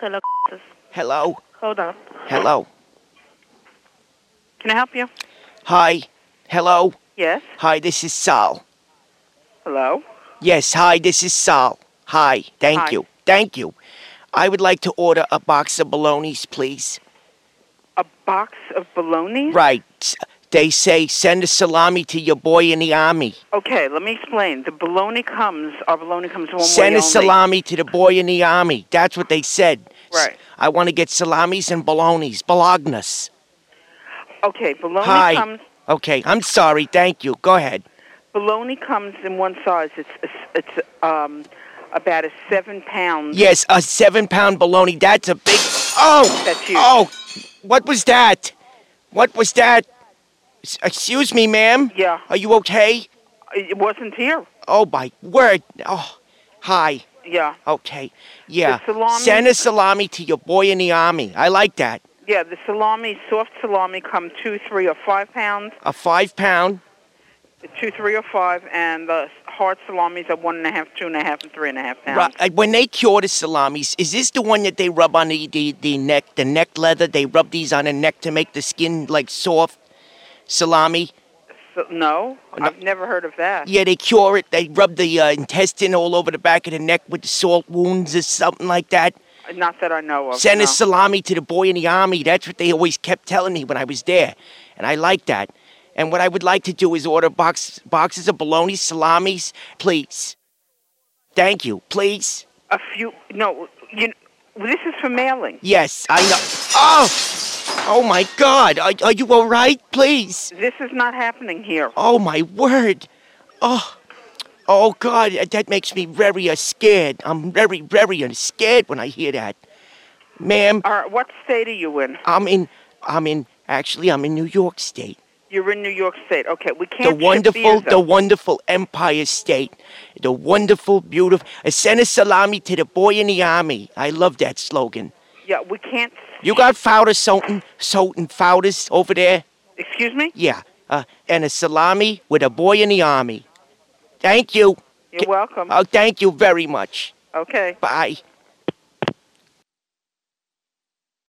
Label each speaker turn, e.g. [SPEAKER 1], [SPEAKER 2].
[SPEAKER 1] Hello.
[SPEAKER 2] Hello.
[SPEAKER 1] Hold on.
[SPEAKER 2] Hello.
[SPEAKER 1] Can I help you?
[SPEAKER 2] Hi. Hello.
[SPEAKER 1] Yes.
[SPEAKER 2] Hi, this is Sal.
[SPEAKER 1] Hello.
[SPEAKER 2] Yes, hi, this is Sal. Hi. Thank
[SPEAKER 1] Hi.
[SPEAKER 2] you. Thank you. I would like to order a box of bolognas, please.
[SPEAKER 1] A box of bologna?
[SPEAKER 2] Right. s- They say send a salami to your boy in the army.
[SPEAKER 1] Okay, let me explain. The bologna comes, our bologna comes one
[SPEAKER 2] send
[SPEAKER 1] way
[SPEAKER 2] a
[SPEAKER 1] only.
[SPEAKER 2] salami to the boy in the army. That's what they said. S-
[SPEAKER 1] Right.
[SPEAKER 2] I want to get salamis and bolognas. Bolognas.
[SPEAKER 1] Okay, bologna
[SPEAKER 2] Hi.
[SPEAKER 1] comes.
[SPEAKER 2] Okay, I'm sorry. Thank you. Go ahead.
[SPEAKER 1] Bologna comes in one size. It's it's, it's um about a seven pound.
[SPEAKER 2] Yes, a seven pound bologna. That's a big. Oh!
[SPEAKER 1] That's huge.
[SPEAKER 2] Oh! What was that? What was that? S- Excuse me, ma'am.
[SPEAKER 1] Yeah,
[SPEAKER 2] Are you okay?
[SPEAKER 1] it wasn't here.
[SPEAKER 2] Oh, my word. Oh, hi.
[SPEAKER 1] Yeah,
[SPEAKER 2] Okay. Yeah.
[SPEAKER 1] The salami-
[SPEAKER 2] Send a salami to your boy in the army. I like that.
[SPEAKER 1] yeah. The salami, soft salami, come two, three, or five pounds.
[SPEAKER 2] A five pound.
[SPEAKER 1] Two, three, or five, and the hard salamis are one and a half, two and a half, and three and a half pounds.
[SPEAKER 2] Right. uh, When they cure the salamis, is this the one that they rub on the, the, the neck, the neck leather? They rub these on the neck to make the skin like soft salami?
[SPEAKER 1] So, no,
[SPEAKER 2] No.
[SPEAKER 1] I've never heard of that.
[SPEAKER 2] Yeah, they cure it. They rub the uh, intestine all over the back of the neck with the salt wounds or something like that.
[SPEAKER 1] Not that I know of.
[SPEAKER 2] Send
[SPEAKER 1] no.
[SPEAKER 2] a salami to the boy in the army. That's what they always kept telling me when I was there. And I like that. And what I would like to do is order box, boxes of bologna salamis, please. Thank you, please.
[SPEAKER 1] a few. No, you. kn- This is for mailing.
[SPEAKER 2] Yes, I know. Oh! Oh my god, are, are you alright? Please.
[SPEAKER 1] This is not happening here.
[SPEAKER 2] Oh my word. Oh. Oh god, that makes me very uh, scared. I'm very, very uh, scared when I hear that. Ma'am,
[SPEAKER 1] All right, what state are you in?
[SPEAKER 2] I'm in, I'm in, actually, I'm in New York State.
[SPEAKER 1] You're in New York State. Okay, we can't.
[SPEAKER 2] the
[SPEAKER 1] ship
[SPEAKER 2] wonderful,
[SPEAKER 1] these,
[SPEAKER 2] the
[SPEAKER 1] though.
[SPEAKER 2] wonderful Empire State, the wonderful, beautiful. I send a salami to the boy in the army. I love that slogan.
[SPEAKER 1] yeah, we can't.
[SPEAKER 2] You got Fowder Soten, Soten Fowders over there?
[SPEAKER 1] Excuse me.
[SPEAKER 2] Yeah, uh, and a salami with a boy in the army. Thank you.
[SPEAKER 1] You're welcome.
[SPEAKER 2] Uh, Oh, thank you very much.
[SPEAKER 1] Okay.
[SPEAKER 2] Bye.